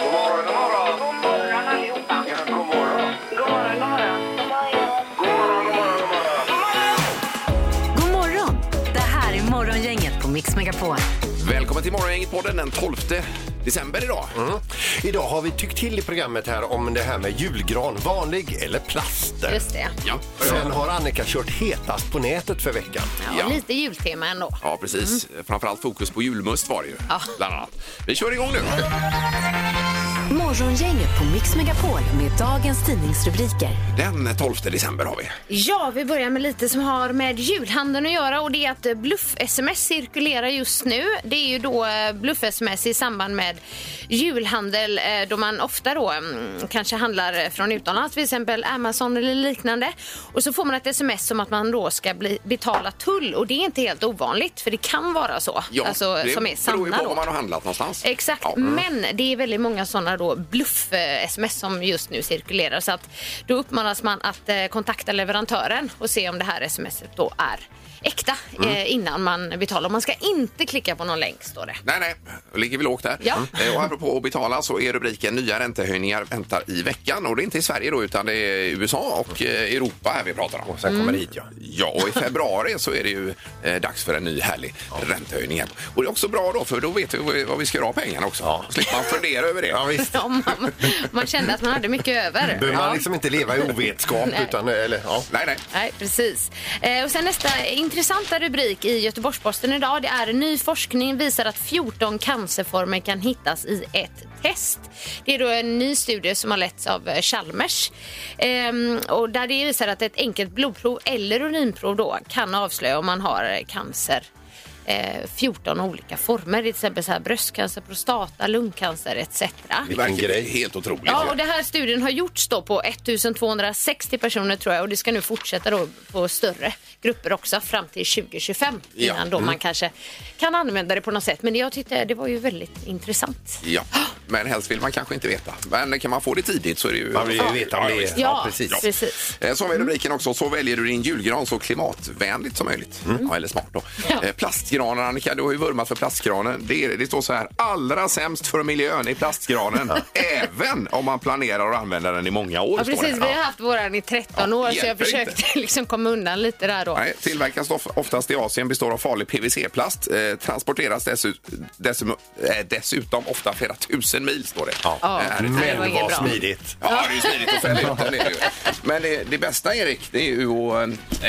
God morgon, god morgon. God morgon allihopa. Ja, god morgon. God morgon, god morgon. God morgon, god morgon, God god morgon. morgon! Det här är Morgongänget på Mix Megapol. Välkommen till Morgongänget-podden den 12 december idag. Mm. Idag har vi tyckt till i programmet här om det här med julgran, vanlig eller plast. Just det. Ja. Sen har Annika kört hetast på nätet för veckan. Ja, Ja. Lite jultema ändå. Ja, precis. Framförallt fokus på julmust var det ju. Ja. Bland annat. Vi kör igång nu. Morgongänget på Mix Megapol med dagens tidningsrubriker. Den 12 december har vi. Ja, vi börjar med lite som har med julhandeln att göra och det är att eh, bluff-sms cirkulerar just nu. Det är ju då eh, bluff-sms i samband med julhandel eh, då man ofta då mm, kanske handlar eh, från utomlands, till exempel Amazon eller liknande. Och så får man ett sms om att man då ska bli, betala tull och det är inte helt ovanligt för det kan vara så. alltså, det som är beror ju sanna på var då. man har handlat någonstans. Exakt, Ja. Mm. men det är väldigt många sådana då bluff-sms som just nu cirkulerar. Så att då uppmanas man att eh, kontakta leverantören och se om det här smset då är äkta Mm. eh, innan man betalar. Man ska inte klicka på någon länk står det. Nej, nej, då ligger vi lågt där. Ja. Eh, Och apropå att betala så är rubriken nya räntehöjningar väntar i veckan. Och det är inte i Sverige då utan det är USA och eh, Europa här vi pratar om. Och sen Mm. kommer det hit ja. Ja, och i februari så är det ju eh, dags för en ny härlig räntehöjning. här. Och det är också bra då, för då vet vi vad vi- vad vi ska göra av pengarna också. Ja. slipper man fundera över det. Ja, visst. Om man, man kände att man hade mycket över. Behöver man Ja. liksom inte leva i ovetskap Nej. utan, eller ja. Nej, nej. Nej, precis. Eh, och sen nästa intressanta rubrik i Göteborgs-Posten idag. Det är ny forskning visar att 14 cancerformer kan hittas i ett test. Det är då en ny studie som har letts av eh, Chalmers. Ehm, och där det visar att ett enkelt blodprov eller urinprov då kan avslöja om man har eh, cancer. Eh, 14 olika former, till exempel så här bröstcancer, prostata, lungcancer etc. Det Vilken verkar grej. helt otroligt. Ja, och den här studien har gjorts då på 1260 personer tror jag och det ska nu fortsätta då på större grupper också fram till 2025 Ja. Mm. innan då man kanske kan använda det på något sätt. Men jag tyckte det var ju väldigt intressant. Ja, men helst vill man kanske inte veta. Men kan man få det tidigt så är det ju... Man vill ju veta om det är... visst. Ja, precis. precis. Mm. Eh, Som är rubriken också, så väljer du din julgran så klimatvänligt som möjligt. Mm. Ja, eller smart då. Ja. Eh, Plastgranar, Annika, du har ju vurmat för plastgranen. Det, det står så här, allra sämst för miljön i plastgranen, även om man planerar att använda den i många år. Ja, står det. precis. Vi har haft våran i 13 Ja, år så jag hjälper försökte liksom komma undan lite där då. Nej, tillverkas of- oftast i Asien, består av farlig PVC-plast, eh, transporteras dessu- dessum- eh, dessutom ofta flera tusen mil, står det. Ja, Eh, här i det tidningen. var Men inget vad bra. smidigt. Ja, det är ju smidigt att fälla ut den. Är det ju. Men det, det bästa, Erik, det är ju att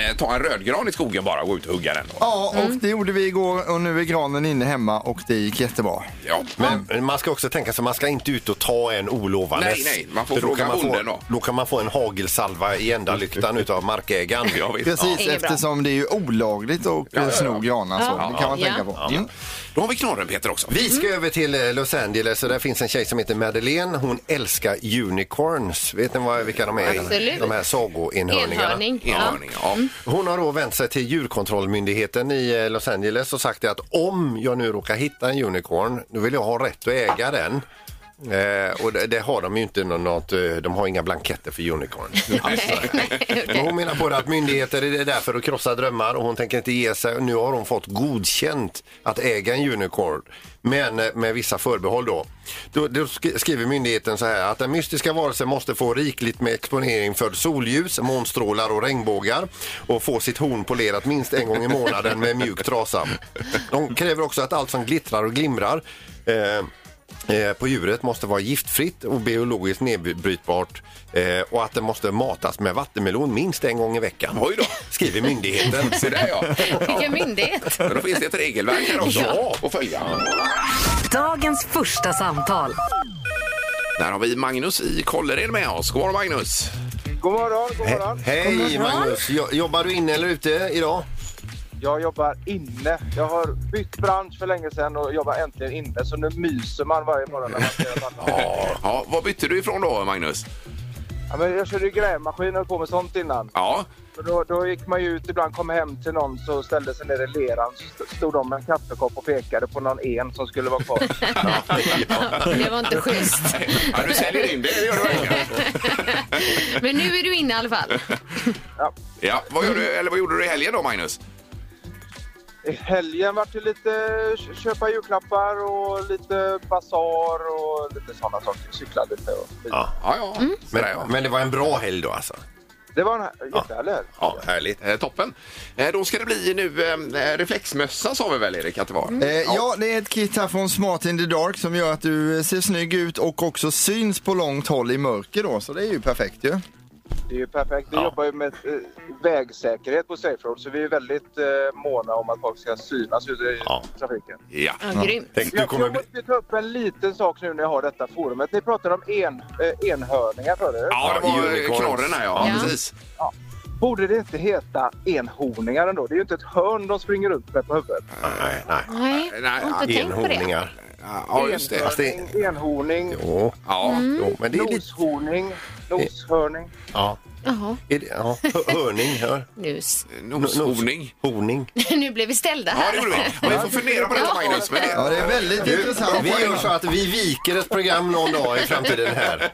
eh, ta en rödgran i skogen bara och gå ut och hugga den. Då. Ja, och det gjorde vi igår och nu är granen inne hemma och det gick jättebra. Ja. Men man ska också tänka sig, man ska inte ut och ta en olovandes. Nej, nej, man får För då fråga kan man få- bonden då. Då kan man få en hagelsalva i ändalyctan utav markägaren. Ja, visst. Precis, Inget bra. eftersom det är ju olagligt att ja, ja. sno granar så. Ja. Det kan man Ja. tänka på. Mm. Då har vi knorren, Peter, också. Vi ska över till eh, Los Angeles och där finns en tjej som heter Madeleine. Hon älskar unicorns. Vet ni vad, vilka de är? Absolut. De här sagoinhörningarna. Enhörning. Enhörning, ja. Hon har då vänt sig till djurkontrollmyndigheten i eh, Los Angeles och sagt det att om jag nu råkar hitta en unicorn, då vill jag ha rätt att äga den. Eh, och det, det har de ju inte nå- något, eh, de har inga blanketter för unicorn. Men Hon menar på det att myndigheter är där för att krossa drömmar och hon tänker inte ge sig. Nu har hon fått godkänt att äga en unicorn, men eh, med vissa förbehåll då. Då, då sk- skriver myndigheten så här att den mystiska varelsen måste få rikligt med exponering för solljus, månstrålar och regnbågar och få sitt horn polerat minst en gång i månaden med mjuk trasa. De kräver också att allt som glittrar och glimrar eh, eh, på djuret måste vara giftfritt och biologiskt nedbrytbart eh, och att det måste matas med vattenmelon minst en gång i veckan. Oj då. Skriver myndigheten. Se där, ja. Vilken myndighet. Men då finns det ett regelverk här också Ja. att följa. Dagens första samtal. Där har vi Magnus i Kållered med oss. God morgon, Magnus. God morgon, god morgon. Hej Magnus! Jo- Jobbar du inne eller ute idag? Jag jobbar inne. Jag har bytt bransch för länge sedan och jobbar äntligen inne. Så nu myser man varje morgon när man ska göra något annat. Ja. ja. Vad bytte du ifrån då, Magnus? ja, men Jag körde ju grävmaskin och höll på med sånt innan. Ja, Så Då, då gick man ju ut ibland, kom hem till någon så ställde sig ner i leran. Så st- stod de med en kaffekopp och pekade på någon en som skulle vara kvar. Det var inte schysst. ja du säljer in det. det gör du verkligen. Men nu är du inne i alla fall. Ja. ja. vad, gör du, eller vad gjorde du i helgen då, Magnus? I helgen vart det lite k- köpa julklappar och lite basar och lite sådana saker. Cykla lite och Ja. Ja, ja. Sådär, ja. Men, men det var en bra helg då alltså? Det var en här- jättehärlig helg. Ja, härligt. Eh, toppen. Eh, då ska det bli nu eh, reflexmössa sa vi väl Erik att det var? Eh, ja, det är ett kit här från Smart in the Dark som gör att du ser snygg ut och också syns på långt håll i mörker då, så det är ju perfekt ju. Det är ju perfekt. Vi jobbar ju med eh, vägsäkerhet på Safe Road så vi är väldigt eh, måna om att folk ska synas ute i Ja. trafiken. Ja. Ja, grymt. Tänk, du Jag, kommer jag bli... måste ta upp en liten sak nu när jag har detta forumet. Ni pratade om en, eh, enhörningar förut. Ja, det var eh, unicorns. knorren här ja. Ja. Precis. Borde det inte heta enhorningar ändå? Det är ju inte ett hörn de springer runt med på huvudet. Nej, nej. Nej, jag Nej, har inte tänkt på det. Enhorningar. Ja, just det. Fast det... Enhorning, Jo, Ja. Mm. jo, men det är lite... noshorning, noshörning. Ja. Jaha, Är det, ja. Hör- Hörning, hör. nus. Noshorning. Horning. nu blev vi ställda Ja, här. det gjorde vi. Ja, Vi får fundera på detta Magnus. Men Ja, det, det är väldigt intressant. Vi gör så att vi viker ett program någon dag i framtiden här.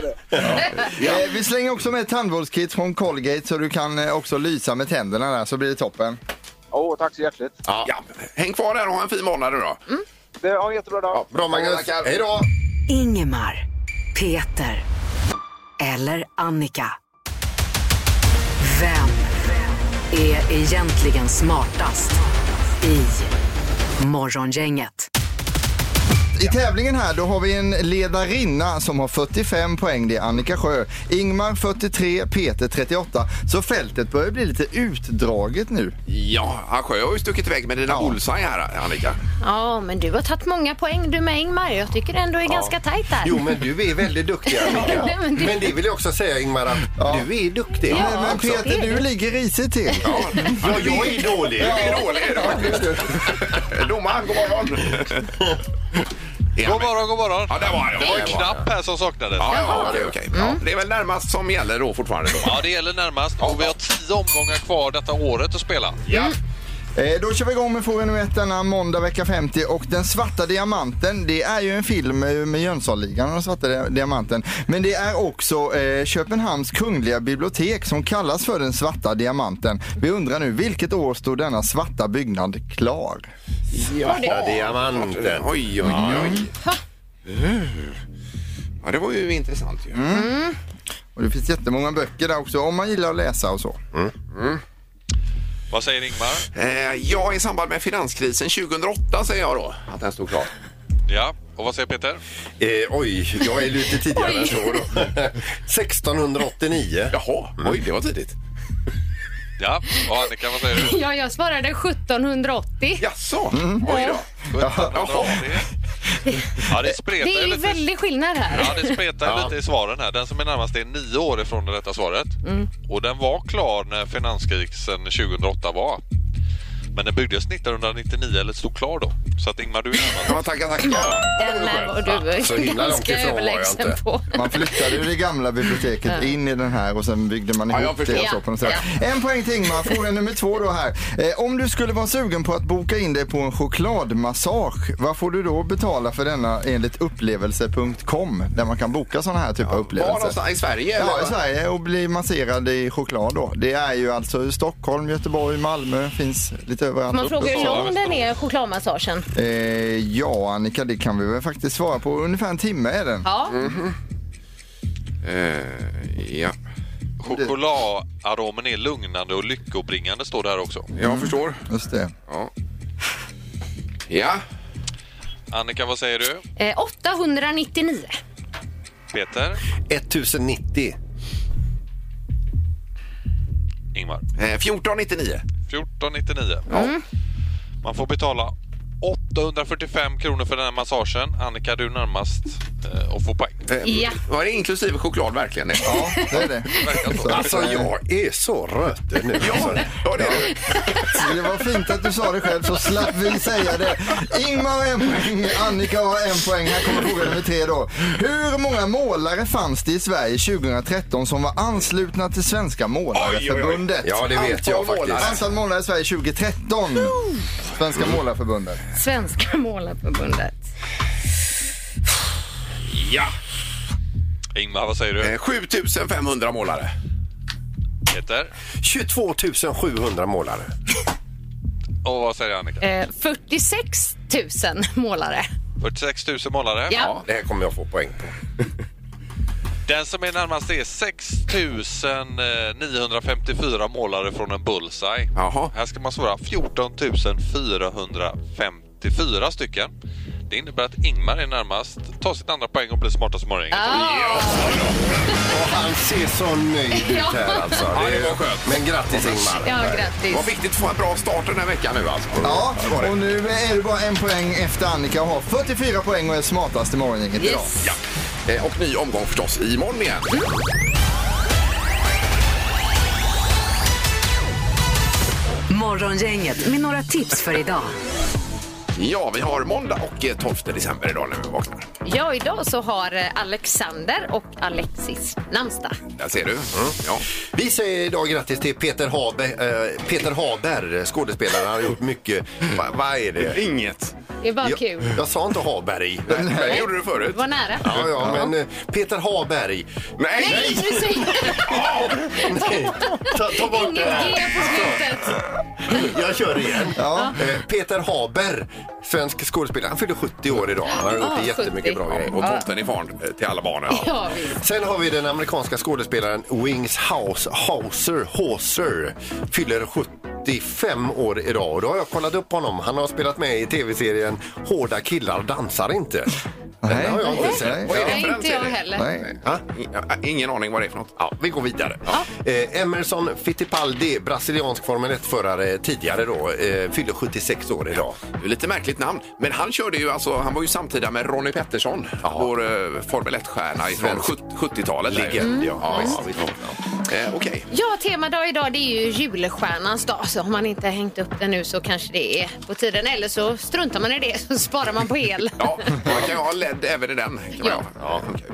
Eh, vi slänger också med ett tandvårdskit från Colgate så du kan eh, också lysa med tänderna där så blir det toppen. Åh, tack så hjärtligt. ja. Häng kvar där och ha en fin månad nu då. Mm. Det var en jättebra dag. Bra Magnus. Tackar. Hej då! Ingemar, Peter eller Annika. Vem är egentligen smartast i Morgongänget? I tävlingen här då har vi en ledarinna som har 45 poäng, det är Annika Sjö. Ingmar 43, Peter 38. Så fältet börjar bli lite utdraget nu. Ja, Asjö har ju stuckit iväg med dina bullseye här Annika. Ja, men du har tagit många poäng du med Ingmar. Jag tycker det ändå är ganska tajt där. Jo, men du är väldigt duktig Annika. Nej, men det- Men det vill jag också säga Ingmar, att du är duktig. Ja. Nej, men också. Peter, Det är du det. ligger risigt till. Ja, jag är dålig. Det är dålig är det faktiskt. Domaren, god morgon! Ja, God men- morgon, god morgon. Ja, där var han. ja. Det var Där en var han, knapp här som saknades. Ja, ja, okej, okej. Ja, det är väl närmast som gäller då fortfarande. Då. Ja, det gäller närmast. Och vi har tio omgångar kvar detta året att spela. Ja. Eh, Då kör vi igång med fråga nummer ett denna måndag vecka 50 och Den svarta diamanten det är ju en film eh, med Jönssonligan och Den svarta dia- diamanten. Men det är också eh, Köpenhamns kungliga bibliotek som kallas för Den svarta diamanten. Vi undrar nu vilket år stod denna svarta byggnad klar? Ja, diamanten. Oj, oj, oj. Ja, det var ju intressant ju. Och det finns jättemånga böcker där också om man gillar att läsa och så. Vad säger Ingmar? Eh, ja, i samband med finanskrisen 2008 säger jag då att den stod klar. Ja. Och vad säger Peter? Eh, oj, jag är lite tidigare än så. Då. 1689. Jaha, oj, det var tidigt. Ja. Och Annika, vad säger du? Ja, jag svarade 1780. Jaså, oj då. Jaha. Ja, det spretar Det är ju lite. väldigt skillnad här. Ja, det spretar Ja. lite i svaren här. Den som är närmast är nio år ifrån det rätta svaret. Mm. Och den var klar när finanskrisen 2008 var. Men den byggdes 1999, eller stod klar då. Så att Ingmar, du är närmast. Ja, tackar, tackar. Den här var du så är himla långt ganska ifrån var jag överlägsen inte. på. Man flyttade ju det gamla biblioteket in i den här och sen byggde man Ja, ihop jag det och förstår. så på något sätt. En poäng till Ingmar, fråga nummer två då här. Eh, om du skulle vara sugen på att boka in dig på en chokladmassage, vad får du då betala för denna enligt upplevelse.com där man kan boka sådana här typer av Var upplevelser? någonstans? I Sverige? Ja, eller? i Sverige och bli masserad i choklad då. Det är ju alltså i Stockholm, Göteborg, Malmö, finns lite Man överallt. frågar hur lång den är, chokladmassagen. Eh, ja, Annika, det kan vi väl faktiskt svara på. Ungefär en timme är den. Ja, Eh, ja. Chokladaromen är lugnande och lyckobringande står det här också. Jag förstår. Just det. Ja. ja. Annika, vad säger du? eh, 899. Peter? 1090. Ingmar? Eh, 1499. 1499. Mm. Man får betala 845 kronor för den här massagen. Annika, du är närmast eh, och får poäng. Eh, Ja. Var det inklusive choklad verkligen? Det? Ja, det är det. Så- Alltså, jag är så röten nu. Alltså. Ja, det är det. Det var fint att du sa det själv så slapp vi säga det. Ingmar har en poäng, Annika har en poäng. Här kommer fråga nummer tre då. Hur många målare fanns det i Sverige 2013 som var anslutna till Svenska målareförbundet? Ja, det vet jag Antal målare. faktiskt. Antal målare i Sverige 2013. Svenska målareförbundet. Svenska målarförbundet. Ja. Ingmar, vad säger du? Eh, 7500 målare. Peter? 22 700 målare. Och vad säger Annika? Eh, 46 000 målare. 46 000 målare. Ja. Det här kommer jag få poäng på. Den som är närmast är 6 954 målare från en bullseye. Jaha. Här ska man svara 14 454 stycken. Det innebär att Ingmar är närmast, tar sitt andra poäng och blir smartast i morgon. Och han ser så nöjd ut här alltså. Ja, det var skönt. Men grattis Ingmar. Ja, Det var grattis. viktigt att få en bra start den här veckan nu alltså. Ja, det var och det. nu är du bara en poäng efter Annika och har 44 poäng och är smartast i morgongänget idag. Ja. Eh, Och ny omgång förstås imorgon igen. Morgongänget med några tips för idag. Ja, vi har måndag och eh, 12 december idag när vi vaknar. Ja, idag så har eh, Alexander och Alexis namnsdag. Där ser du. Ja. Mm. Vi säger idag grattis till Peter Haber, eh, Peter Haber skådespelaren. Han har gjort mycket. Va, vad är det? Inget. Det är bara Jag, kul. jag sa inte Haberg. Men det gjorde du Det förut. var nära. Ja, ja, men eh, Peter Haberg. Nej! Nej, nu säger Nej, ta, ta bort det Inget G här. på slutet. Jag kör igen. Ja. Eh, Peter Haber, svensk skådespelare. Han fyllde 70 år idag. Han har Ah, gjort jättemycket 70. bra Ja, grejer. Och tomten i farn eh, till alla barnen. Ja, visst. Sen har vi den amerikanska skådespelaren Wings House, Hauser, Hauser fyller 75 år idag och då har jag kollat upp honom. Han har spelat med i tv-serien Hårda killar dansar inte. Nej. Den har jag inte Nej. sett. Vad är det Nej, för en inte jag serie? heller. Nej. Ja. I- ja, äh, Ingen aning vad det är för något. Ja, vi går vidare. Eh, Emerson Fittipaldi, brasiliansk Formel 1-förare tidigare då, eh, fyller 76 år idag. Det är Lite märkligt namn. Men han körde ju alltså, han var ju samtida med Ronnie Pettersson, Ja. vår eh, Formel 1-stjärna från Svensk. 70-talet. där ju. Legend, ja. ja, Ja, visst. Eh, Okej. Ja, temadag idag det är ju julstjärnans dag. Så om man inte har hängt upp den nu så kanske det är på tiden. Eller så struntar man i det så sparar man på el. Ja, man kan ju ha LED även i den. Kan man Ja. ha. Ja, okej.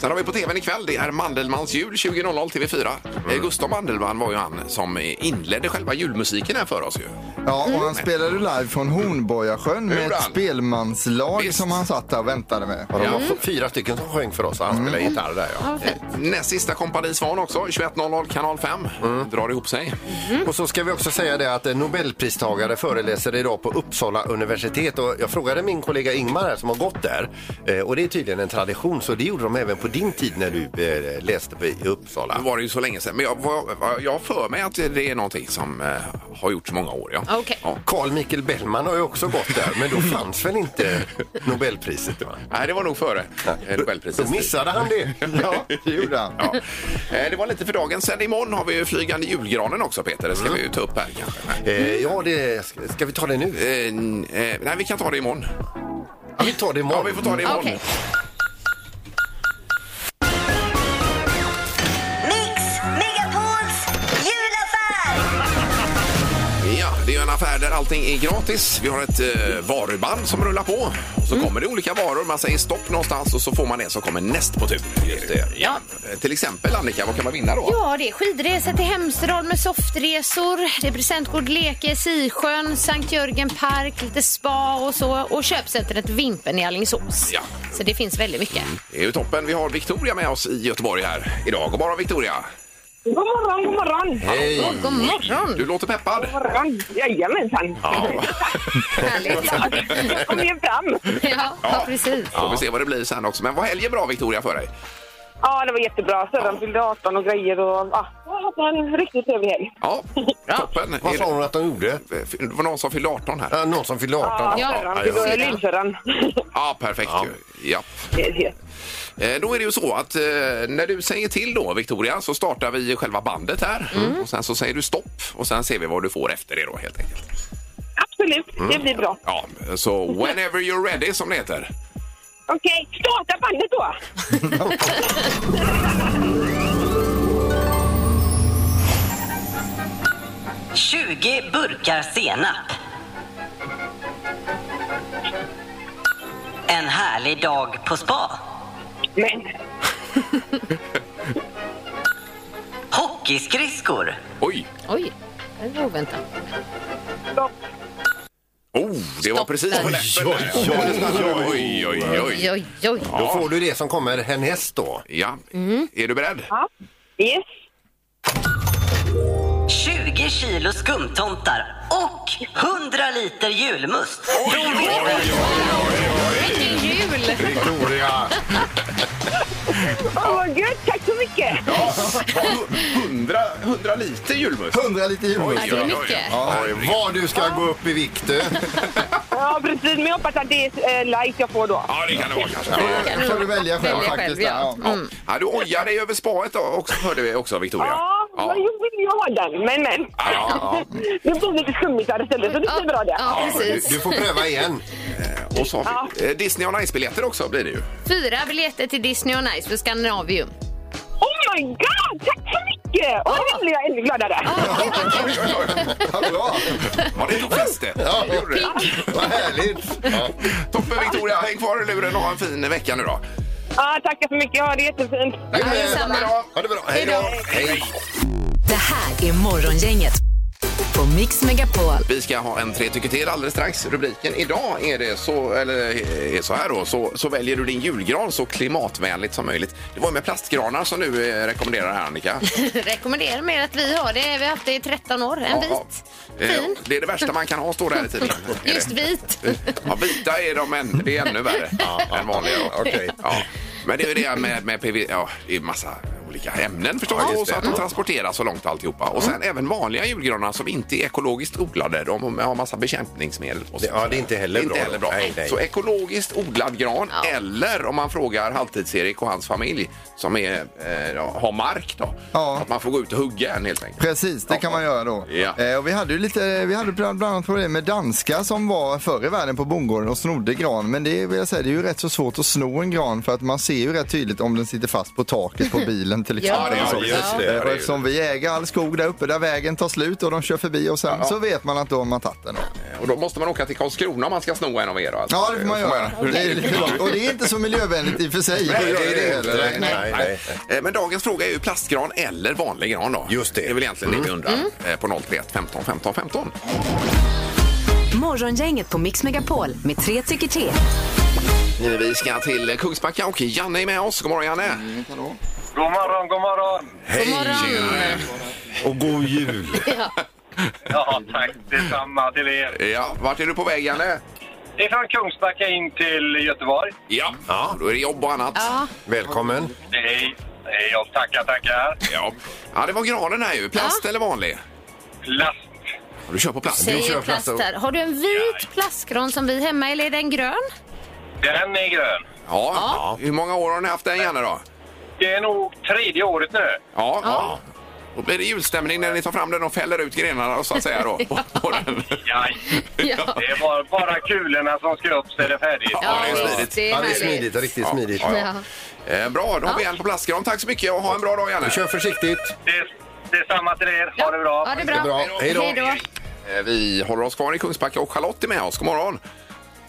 Sen har vi på tvn ikväll, det är Mandelmans jul 20.00 TV4. Mm. Eh, Gustav Mandelmann var ju han som eh, inledde själva julmusiken här för oss ju. Ja, och han spelade live från Hornborgasjön med Mm. Gjorde ett han? spelmanslag Visst. som han satt där och väntade med. Och de var Mm. fyra stycken som sjöng för oss. Han spelade Mm. gitarr där. Ja. Näst sista kompani Svan också, 21.00 kanal 5. Drar ihop sig. Och så ska vi också säga det att en Nobelpristagare föreläser idag på Uppsala universitet och jag frågade min kollega Ingmar här som har gått där eh, och det är tydligen en tradition så det gjorde de även på din tid när du eh, läste på- i Uppsala. Nu var det ju så länge sedan, men jag vad- vad- jag har för mig att det är någonting som eh, har gjorts många år. Ja. Okej. Ja. Carl Michael Bellman har ju också gått där men då fanns väl inte Nobelpriset? Va? Nej, det var nog före eh, Nobelpriset. Då missade han det. Ja, det gjorde han. Ja. Eh, Det var lite för dagen. Sen imorgon har vi ju flygande julgranen också, Peter. Det ska vi ju ta upp här kanske. Nej. Eh, ja, det, ska- ska vi ta det nu? Eh, n- eh, nej, vi kan ta det imorgon. Ja, vi tar det Ja, imorgon. vi får ta det imorgon. Okej. Mix Megapols julaffär! Ja, det är ju en affär där allting är gratis. Vi har ett eh, varuband som rullar på. Och så kommer det olika varor. Man säger stopp någonstans och så får man det som kommer näst på tur. Ja. Eh, Till exempel, Annika, vad kan man vinna då? Ja, det är skidresa till Hemsedal med softresor, det är presentkort Leke, Sisjön, Sankt Jörgen park, lite spa och så. Och köpcentret Vimpen i Alingsås. Ja. Mm. Så det finns väldigt mycket. Det är ju toppen. Vi har Victoria med oss i Göteborg här idag. God morgon, Victoria! God morgon, god morgon! Hej! God morgon! Du låter peppad. God morgon. Jajamensan! Ja. Härligt. Jag kom ju fram. Ja, ja, precis. Får vi se vad det blir sen också. Men var helgen bra, Victoria, för dig? Ja, det var jättebra. Sörran fyllde 18 och grejer. Och, ja, jag har haft en riktigt trevlig helg. Ja, toppen. Vad Är Eh, sa hon att de gjorde? det- det var någon som fyllde 18 här. Ja, någon som fyllde 18. Ja, Ja, Sörran ja, fyllde- ja. Lillsörran. Ja, perfekt Ja. ju. Ja. Eh, Då är det ju så att eh, när du säger till då, Victoria, så startar vi själva bandet här. Mm. Mm. Och sen så säger du stopp och sen ser vi vad du får efter det då helt enkelt. Absolut, det blir bra. Ja, så whenever you're ready som det heter. Okej, starta bandet då! Burkar senap. En härlig dag på spa. Men, Hockeyskridskor. Oj! Oj, det var oväntat. stopp. Oh, det var precis på läppen där. Oj, oj, oj. Oj, oj, oj. Då får du det som kommer Mm. härnäst då. Ja, är du beredd? Yes. 20 kilo skumtomtar och 100 liter julmust. Vilken jul! Victoria! Åh, vad gött! Tack så mycket! Hundra, hundra liter julmust. 100 lite Ja, julmust. det är mycket. Ja, vad du ska gå upp i vikt du. Ja, precis. Men jag hoppas att det är eh, light jag får då. Ja, det kan det vara kanske. Ja. Det får du välja själv Välja faktiskt. själv, ja. Ja. Ja, du ojar dig över spaet då också, hörde vi också, Victoria. Ja, jag vill ju ha den. Men, men. Ja, Det blir lite skummigt där istället, så det blir bra det. Ja, Du, precis. du får pröva igen. Och så har vi eh, Disney on Ice-biljetter också blir det ju. Fyra biljetter till Disney on Ice för Scandinavium. Oh my god! Tack så mycket! Och nu blir jag ännu gladare. Ja, bra. Ja, det tog fäste. Ja, det gjorde det. Vad härligt. Toppen Victoria, häng kvar i luren och ha en fin vecka nu då. Eh, Ja, tackar så mycket. Ha det jättefint. Ja, detsamma. Ha det bra. Hej Hej då. då. Hej. Det här är Morgongänget på Mix Megapol. Vi ska ha en tre tycker till alldeles strax. Rubriken idag är det så, eller eh, är så här då, så, så väljer du din julgran så klimatvänligt som möjligt. Det var med plastgranar som du eh, rekommenderar här Annika. Rekommenderar mer att vi har det. Vi har haft det i 13 år. En Ja, vit. ja. Eh, Fin. Det är det värsta man kan ha, står det här i tidningen. Är det? Just vit. Ja, vita är de än, det är ännu värre än vanliga. då. Okej. Ja. Men det är ju det med, med PV, ja, det är massa olika ämnen förstås Ja, just och så det. Mm. att de transporteras så långt alltihopa. Och sen även vanliga julgranar som inte är ekologiskt odlade, de har massa bekämpningsmedel. Och så. Ja, det är inte heller inte bra. heller bra. Nej, nej. Så ekologiskt odlad gran eller om man frågar halvtids-Erik och hans familj som är, eh, ja, har mark då. Ja. Att man får gå ut och hugga en helt enkelt. Precis, det kan man göra då. Ja. Eh, och vi hade ju lite, vi hade bland bland annat problem med danskar som var förr i världen på bondgården och snodde gran. Men det vill jag säga, det är ju rätt så svårt att sno en gran för att man ser ju rätt tydligt om den sitter fast på taket på bilen till exempel. Ja, och så. ja, just det. Eh, och Ja, det är ju eftersom vi äger all skog där uppe där vägen tar slut och de kör förbi och sen så vet man att då har man tagit den. Och då måste man åka till Karlskrona om man ska sno en av er. då, Alltså. Ja, det får man göra. Det är lite långt. Och det är inte så miljövänligt i och för sig. Eh, Nej, Det är det heller. Nej, nej, nej. Eh, Men dagens fråga är ju plastgran eller vanlig gran då. Just det. Det är väl egentligen det vi undrar. Eh, På 031 15 15 15. Morgongänget på Mix Megapol med tre tycker till. Eh, Vi ska till eh, Kungsbacka och Janne är med oss. God morgon Janne! God morgon, god morgon! Hej. Och god jul. Ja, tack detsamma till er. Ja, vart är du på väg Janne? Ifrån Kungsbacka in till Göteborg. Ja. ja, då är det jobb och annat. Ja, Välkommen. Nej, nej, jag tackar, tackar. Ja, ja det var granen här ju. Plast eller vanlig? Plast. Ja, Du kör på plast. kör säger plast plast då. här. Har du en vit plastgran som vi hemma eller är den grön? Den är grön. Ja. Hur många år har ni haft den Janne då? Det är nog tredje året nu. Ja. ja. Då blir det julstämning när ni tar fram den och fäller ut grenarna så att säga då. På, på den. Jaj. Ja. Det är bara, bara kulorna som ska upp så är det färdigt. Ja, det är visst, smidigt. Ja, Det är det är härligt. smidigt. Riktigt smidigt. Ja, Ja. Eh, bra, då har vi en på plastgran. Tack så mycket och ha en bra dag Janne. Kör försiktigt. Det, det är samma till er. Ha det bra. Ja, det är bra. Bra. Hej då. Hej då. Eh, Vi håller oss kvar i Kungsbacka och Charlotte är med oss. God morgon!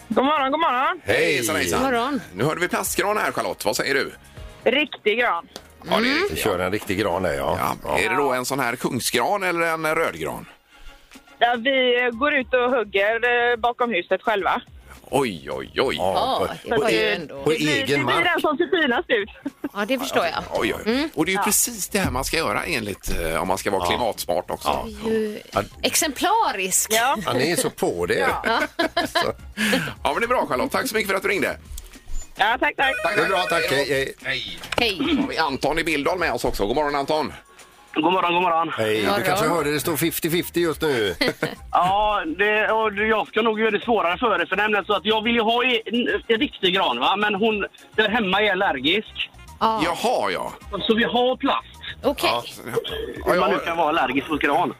God morgon, god morgon. Hej! Hejsan, hejsan. God morgon. Nu hörde vi plastgran här Charlotte, vad säger du? Riktig gran. Ja, det är Vi riktigt. kör en riktig gran där ja. Ja. Är det då en sån här kungsgran eller en rödgran? Ja, vi eh, går ut och hugger eh, bakom huset själva. Oj, oj, oj. Ja, på- det var ju Oj. ändå... På Det blir- egen Det mark. blir den som ser finast ut. Ja, det förstår jag. Oj, oj. Mm. Och det är ju precis det här man ska göra enligt eh, om man ska vara klimatsmart också. Exemplarisk. Ja. Han är så på det. Ja, men det är bra Charlotte. Tack så mycket för att du ringde. ja, tack, tack. Tack, Det är bra, tack. Hej, Hej. hej. Hej. Hej. Har vi Anton i Billdal med oss också. God morgon Anton. God morgon, god morgon. Hej. Du Morgon. kanske hörde det står 50-50 just nu. Ja, det, och jag ska nog göra det svårare för er. För det är nämligen så att jag vill ju ha en, en riktig gran, va? men hon där hemma är allergisk. Ja, Jaha, ja. Så vi har plast, okej. hur man ja, nu kan vara allergisk mot gran.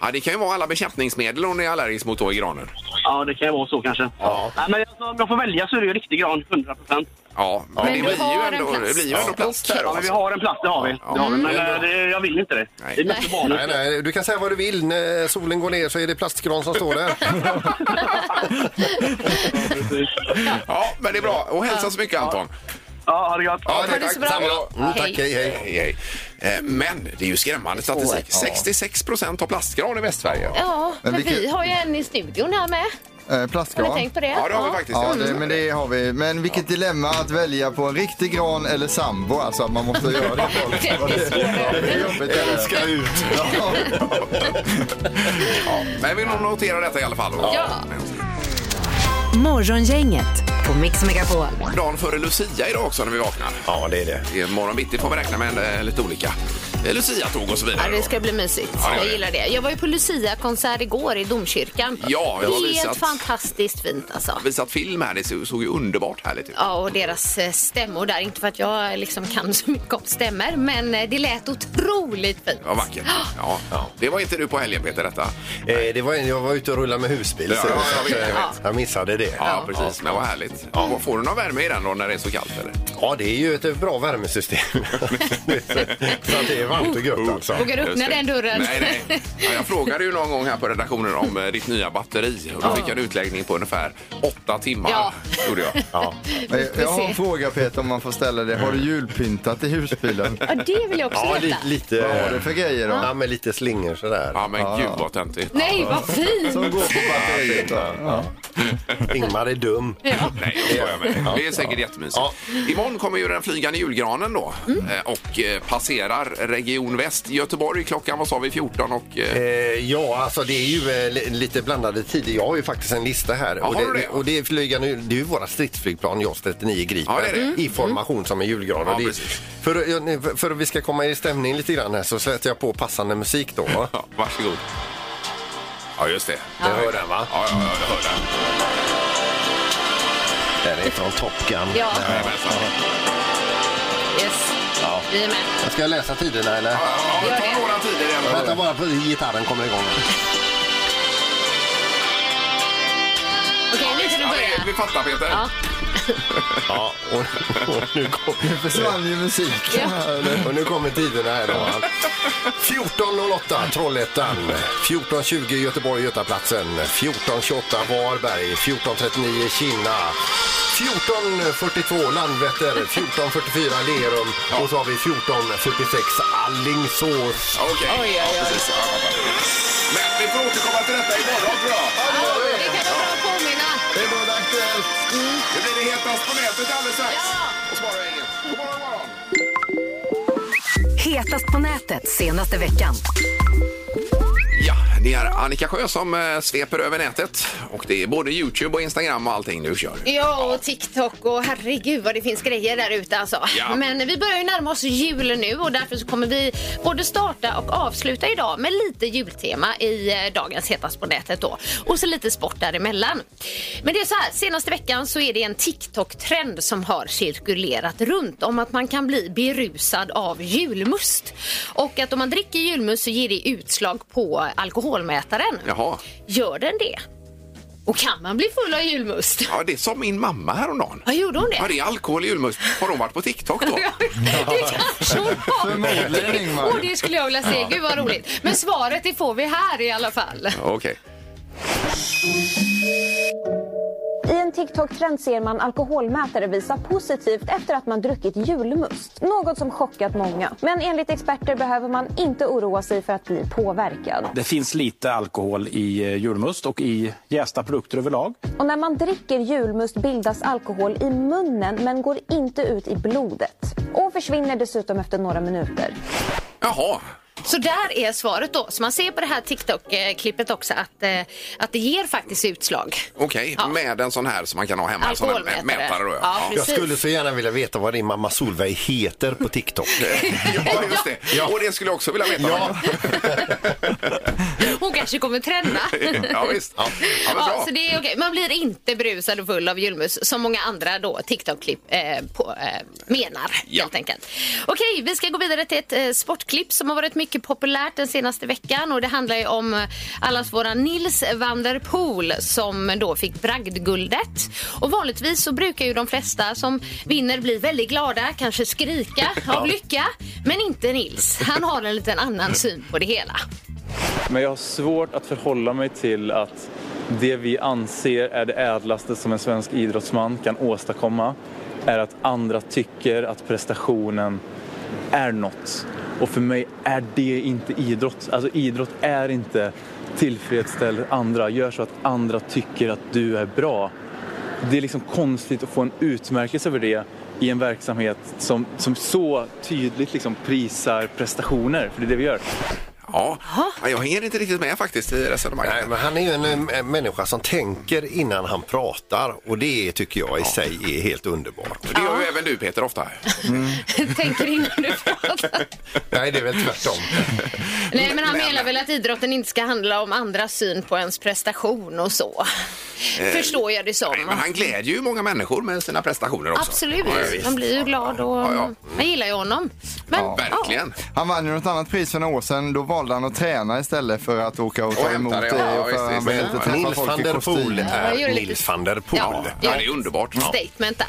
Ja, det kan ju vara alla bekämpningsmedel hon är allergisk mot då i granen. Ja, det kan ju vara så kanske. Ja. Nej, men alltså, om jag får välja så är det ju riktig gran, 100 procent. Ja, men, Men det, du blir ju har en ändå, plast. det blir ju ändå plast Okej. här. Ja, men vi Alltså. har en plast, det har vi. Det har vi. Men eh, det, jag vill inte det. Nej. Det är mest för Nej, barnen. nej, du kan säga vad du vill. När solen går ner så är det plastgran som står där. alltså. Ja, men det är bra. Och hälsa så mycket Anton. Ja, ha det gott. Ja, det så bra. Mm, tack, hej, hej. Hej, hej. Eh, Men det är ju skrämmande statistik. 66 procent har plastgran i Västsverige. Ja, men vilket- vi har ju en i studion här med. Eh, plastgran. Har ni tänkt på det? Ja, det har vi Ja. faktiskt. Ja, Jag det, visste men det har vi. Men vilket dilemma att välja på en riktig gran eller sambo. Alltså att man måste göra det. Det är Ja, det är jobbigt. Älska ut. ja, men vi noterar detta i alla fall. Ja. Morgongänget på Mix Megapol. Dagen före Lucia idag också när vi vaknar. Ja, det är det. Imorgon bitti får vi räkna med eh, lite olika eh, Lucia-tåg och så vidare. Ja, det ska bli mysigt. Ja, ja, Jag ja. gillar det. Jag var ju på Lucia-konsert igår i domkyrkan. Ja, jag har Helt visat. fantastiskt fint alltså. Visat film här, det så- såg ju underbart härligt ut. Ja, och deras eh, stämmor där. Inte för att jag liksom kan så mycket om stämmor, men eh, det lät otroligt fint. Ja, vackert. Ja. Det var inte du på helgen Peter detta? Eh, det var, en- jag var ute och rullade med husbil. Ja, så- ja, jag vet, jag så- vet. jag missade det. Ja, precis. Men vad härligt. Och Får du någon värme i den då när det är så kallt eller? Ja, det är ju ett bra värmesystem. så att det är varmt och gött alltså. Vågar du öppna Just det. den dörren? Nej, nej. Ja, jag frågade ju någon gång här på redaktionen om eh, ditt nya batteri och då Ja. fick jag en utläggning på ungefär åtta timmar. Ja. Gjorde jag. Jag, jag har en fråga Peter om man får ställa det. Har du julpyntat i husbilen? Ja, det vill jag också Ja, veta. lite, lite... Vad har du för grejer då? Ja, men lite slingor sådär. Ja, men gud vad töntigt. Nej, vad fint! Som går på batteriet. va? Ingmar är dum. Nej, jag skojar med dig. Det är säkert jättemysigt. Imorgon kommer ju den flygande julgranen då Mm. eh, och eh, passerar Region Väst. Göteborg klockan, vad sa vi, 14 och... eh, Eh, ja, alltså det är ju eh, li- lite blandade tider. Jag har ju faktiskt en lista här. Ja, och, har du det, det? och det är flygande, det är ju våra stridsflygplan JAS 39 Gripen Ja, det är det. i formation som en julgran. Ja, och det, är- precis. för, för att vi ska komma i stämning lite grann här så sätter jag på passande musik då. va? Ja, varsågod. Ja, just det. Du hör den va? Ja, ja, ja, jag hör den. Den är från Top Gun. Ja. Jajamensan. Yes, Ja. vi är med. Jag ska läsa tiderna eller? Ja, ja, ja, Gör ta det. några tider i alla Vänta fall. bara på gitarren kommer igång. Okej, nu kan du Ja, det- börja. Vi fattar Peter. Ja. Ja, och, och nu kommer... Försvann ju musiken. Och nu kommer tiderna här då. va? 14.08 Trollhättan, 14.20 Göteborg Götaplatsen, 14.28 Varberg, 14.39 Kinna, 14.42 Landvetter, 14.44 Lerum och så har vi 14.46 Alingsås. Okej. Ja, precis. Ja, jag fattar. Men vi får återkomma till detta imorgon tror jag. Ja, det kan vara bra att påminna. Det är både aktuellt. Det blir det hetast på nätet alldeles strax. Och så var det inget. God morgon, god morgon. Hetast på nätet senaste veckan. Ja, det är Annika Sjö som eh, sveper över nätet. Och det är både Youtube och Instagram och allting nu kör. Ja, och TikTok och herregud vad det finns grejer där ute alltså. Ja. Men vi börjar ju närma oss jul nu och därför så kommer vi både starta och avsluta idag med lite jultema i eh, dagens Hetast på nätet då. Och så lite sport däremellan. Men det är så här, senaste veckan så är det en TikTok-trend som har cirkulerat runt om att man kan bli berusad av julmust. Och att om man dricker julmust så ger det utslag på alkoholmätaren. Jaha. Gör den det? Och kan man bli full av julmust? Ja, det är som min mamma häromdagen. Ja, gjorde hon det? Ja, det är alkohol i julmust. Har hon varit på TikTok då? Ja, det kanske hon Förmodligen, var. Ingmar. Och det skulle jag vilja se. Gud vad roligt. Men svaret det får vi här i alla fall. Okej. I en TikTok-trend ser man alkoholmätare visa positivt efter att man druckit julmust. Något som chockat många. Men enligt experter behöver man inte oroa sig för att bli påverkad. Det finns lite alkohol i eh, julmust och i jästa produkter överlag. Och när man dricker julmust bildas alkohol i munnen men går inte ut i blodet. Och försvinner dessutom efter några minuter. Jaha. Så där är svaret då. Så man ser på det här TikTok-klippet också att, eh, att det ger faktiskt utslag. Okej, Ja. med en sån här som man kan ha hemma. en sån här mä- Alkoholmätare. Alltså, Mätare då, Ja, ja. Jag Precis. skulle så gärna vilja veta vad din mamma Solveig heter på TikTok. Ja, just det. Och det skulle jag också vilja veta. Ja. Hon kanske kommer trenda. ja visst. Ja, men bra. Ja, så det är okej. Man blir inte brusad och full av julmust som många andra då TikTok-klipp eh, på, eh, menar Ja. helt enkelt. Okej, vi ska gå vidare till ett eh, sportklipp som har varit mycket populärt den senaste veckan och det handlar ju om eh, allas våra Nils van der Poel som då fick bragdguldet. Och vanligtvis så brukar ju de flesta som vinner bli väldigt glada, kanske skrika av lycka, men inte Nils. Han har en liten annan syn på det hela. Men jag har svårt att förhålla mig till att det vi anser är det ädlaste som en svensk idrottsman kan åstadkomma är att andra tycker att prestationen är något. Och för mig är det inte idrott. Alltså idrott är inte tillfredsställer andra, gör så att andra tycker att du är bra. Det är liksom konstigt att få en utmärkelse över det i en verksamhet som, som så tydligt liksom prisar prestationer, för det är det vi gör. Ja, jag hänger inte riktigt med faktiskt i resonemanget. Nej, men han är ju en, eh, människa som tänker innan han pratar och det tycker jag i sig är helt underbart. Det gör ju även du Peter ofta. Mm. Tänker innan du pratar. Nej, det är väl tvärtom. Nej, men han menar väl att idrotten inte ska handla om andras syn på ens prestation och så. Eh, Förstår jag det som. Men han glädjer ju många människor med sina prestationer också. Absolut. Ja, visst. Man blir ju glad och man gillar ju honom. Men, Ja, verkligen. Han vann ju något annat pris för några år sedan. Då valde han att träna istället för att åka och ta Och hämta emot det, det. ja, ja, Och visst, för han visst. vill inte Men träffa Nils folk van i der kostym. Poel är Jag gör lite- Nils van der Poel. Ja, Ja, det är underbart. statement där.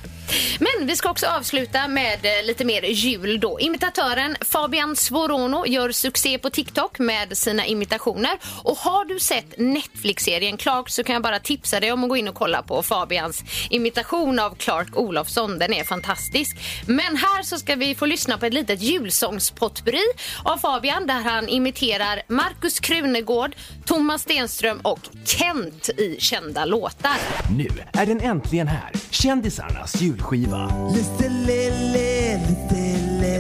Men vi ska också avsluta med eh, lite mer jul då. Imitatören Fabian Svorono gör succé på TikTok med sina imitationer. Och har du sett Netflix-serien Clark så kan jag bara tipsa dig om att gå in och kolla på Fabians imitation av Clark Olofsson. Den är fantastisk. Men här så ska vi få lyssna på ett litet julsångspotpurri av Fabian där han imiterar Markus Krunegård, Thomas Stenström och Kent i kända låtar. Nu är den äntligen här, kändisarnas julskiva.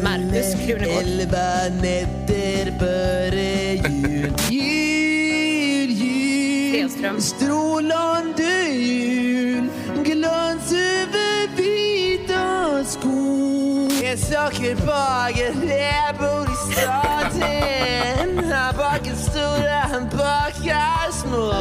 Marcus Krunegård. Elva nätter före jul. Jul, jul. Strålande jul. Glans över vita skog. En sockerbagare där bor i staden. Han bakar stora, han bakar små.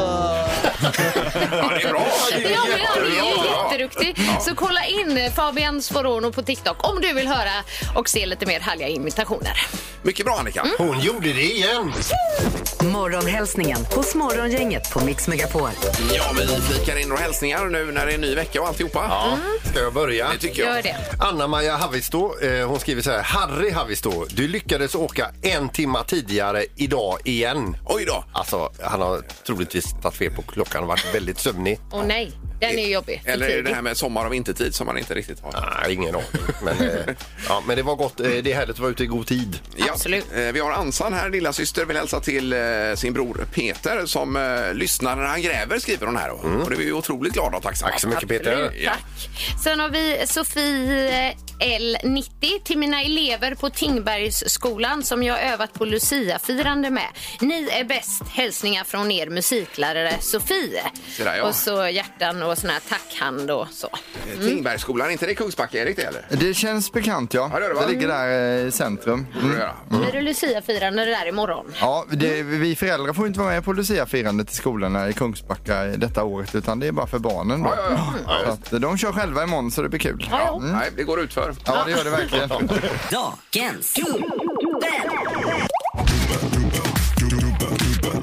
Ja, det är bra. Ja, men han är ju jätteduktig. Så kolla in eh, Fabian Sforono på TikTok om du vill höra och se lite mer härliga imitationer. Mycket bra Annika. Mm. Hon gjorde det igen. Morgonhälsningen hos Morgongänget på Mix Megapol. Ja, men vi flikar in några hälsningar nu när det är ny vecka och alltihopa. Ja. Ska jag börja? Det tycker jag. Mm. Gör det. Anna-Maja Havistå, eh, hon skriver så här. Harry Havistå, du lyckades åka en timma tidigare idag igen. Oj då. Alltså, han har troligtvis tagit fel på klockan och varit väldigt sömnig. Åh nej, den är ju jobbig. För Eller är det det tidigt. här med sommar och vintertid som man inte riktigt har? Nej, ingen aning. Men, eh, ja, men det var gott. Eh, det är härligt att vara ute i god tid. Ja, Absolut. eh, Vi har Ansan här, lilla syster vill hälsa till eh, sin bror Peter som eh, lyssnar när han gräver, skriver hon här. då. Och det är vi ju otroligt glada och tacksamma. Mm. Tack så mycket Peter. Absolut, Tack. Sen har vi Sofie eh, L90 till mina elever på Tingbergsskolan som jag övat på Lucia-firande med. Ni är bäst. Hälsningar från er musiklärare Sofie. Det där, ja. Och så hjärtan och sån här tackhand och så. Eh, Tingbergsskolan, är inte det Kungsbacka Erik det eller? Det känns bekant ja. Ja, det är det, va? det ligger där eh, i centrum. Mm. Ja. Blir det Lucia-firande där imorgon? Ja, det, vi föräldrar får inte vara med på Lucia-firandet i skolorna i Kungsbacka eh, detta året utan det är bara för barnen. Då. Ja, ja, ja. Så att, eh, de kör själva imorgon så det blir kul. Mm. Ja, jo. Nej, det går ut för. Ja, det gör det verkligen. Dagens dubbel. Dagens.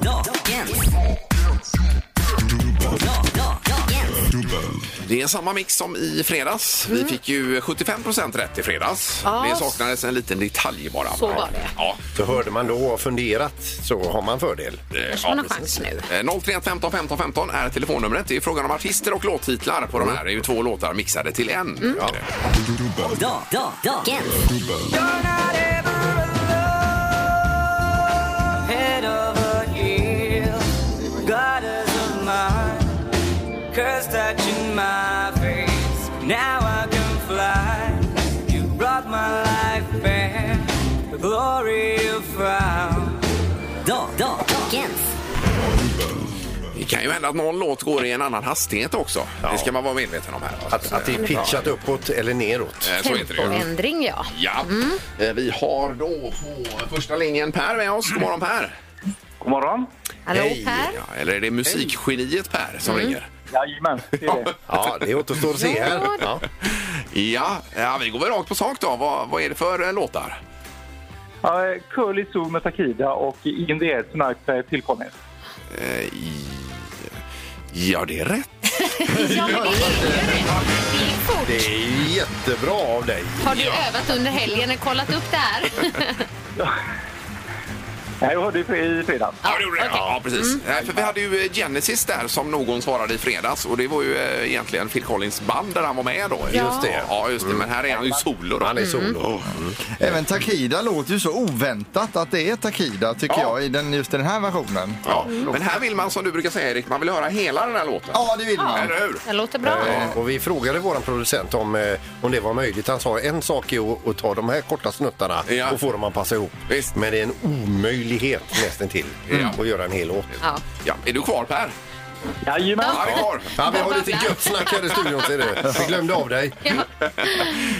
Da- da- Dagens. Det är samma mix som i fredags. Vi fick ju 75 rätt i fredags. Mm. Ja. Det saknades en liten detalj bara. Så var det. Ja. Så hörde man då och funderat så har man fördel. Eh, Kanske man har precis. chans nu. Eh, 031 15 15 15 är telefonnumret. Det är frågan om artister och låttitlar på Mm. de här. Det är ju två låtar mixade till en. Mm. Ja. Da- da- Dagens. Da- da- Dagens. Det kan ju hända att någon låt går i en annan hastighet också. Det ska man vara medveten om här. Att, att det är pitchat uppåt eller neråt. Eh, Så heter det ju. Tempoändring, ja. Ja. Eh, Vi har då på första linjen Per med oss. God morgon Per! God morgon. Hallå, Hej. Per. Ja, eller är det musikgeniet Per som ringer? Jajamän, det är det. Ja, det återstår att se här. Ja. Ja, ja, vi går väl rakt på sak då. Vad, vad är det för eh, låtar? Ja, eh, Curly Zoo med Takida och In the Air Tonight med Phil Collins. Eh, i- Ja, det är rätt. Ja, men det är ju det. Det gick fort. Det är jättebra av dig. Har du övat under helgen och kollat upp det här? Nej, jag hörde ju fre- i fredags. Ja, det gjorde det. Ja, precis. Mm. Eh, För vi hade ju eh, Genesis där som någon svarade i fredags och det var ju eh, egentligen Phil Collins band där han var med då. Ja. Just det. Ja, just det. Men här är han ju solo. Då. Han är solo. Mm. Även Takida låter ju så oväntat att det är Takida tycker jag i den, just den här versionen. Ja. Men här vill man som du brukar säga Erik, man vill höra hela den här låten. Ja, det vill man. Eller hur? Det låter bra. Eh, Och vi frågade vår producent om, eh, om det var möjligt. Han sa en sak är att- att ta de här korta snuttarna Ja. och få dem att passa ihop. Men det är en omöjlighet nästintill att göra en hel låt. Ja. Ja, är du kvar Per? Jajamän. Ja, vi är kvar. Ja, vi har lite gött snack här i studion ser du. Vi glömde av dig. Eh,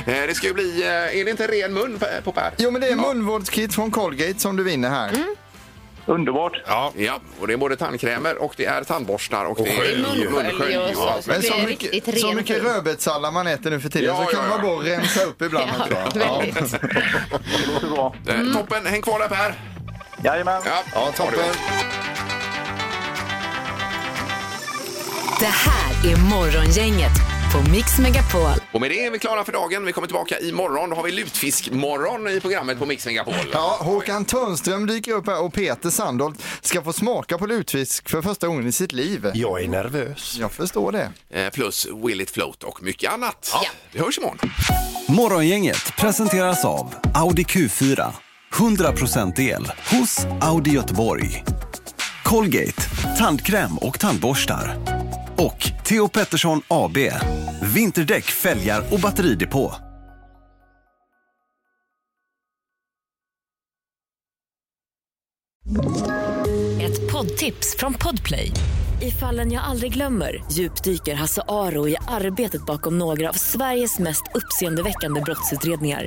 Det ska ju bli, eh, är det inte ren mun på- på Per? Jo, men det är munvårdskit från Colgate som du vinner här. Mm, Underbart. Ja. ja, och det är både tandkrämer och det är tandborstar och, det är munskölj. munskölj. och så. Ja, Så Men det så är riktigt mycket, ren så mycket mun. rödbetssallad man äter nu för tiden Ja, så kan ja, man ja. bara rensa upp ibland Ja, också. väldigt. Eh, Mm. Toppen, häng kvar där Per. Jajamän. Ja, ja toppen. Det här är Morgongänget på Mix Megapol. Och med det är vi klara för dagen. Vi kommer tillbaka imorgon. Då har vi lutfiskmorgon i programmet på Mix Megapol. Ja, Håkan Törnström dyker upp här och Peter Sandholt ska få smaka på lutfisk för första gången i sitt liv. Jag är nervös. Jag förstår det. Eh, Plus Will It Float och mycket annat. Vi hörs imorgon. Morgongänget presenteras av Audi Q4. 100% el hos Audi Göteborg. Colgate, tandkräm och tandborstar. Och Theo Pettersson AB, vinterdäck, fälgar och batteridepå. Ett poddtips från Podplay. I fallen jag aldrig glömmer djupdyker Hasse Aro i arbetet bakom några av Sveriges mest uppseendeväckande brottsutredningar.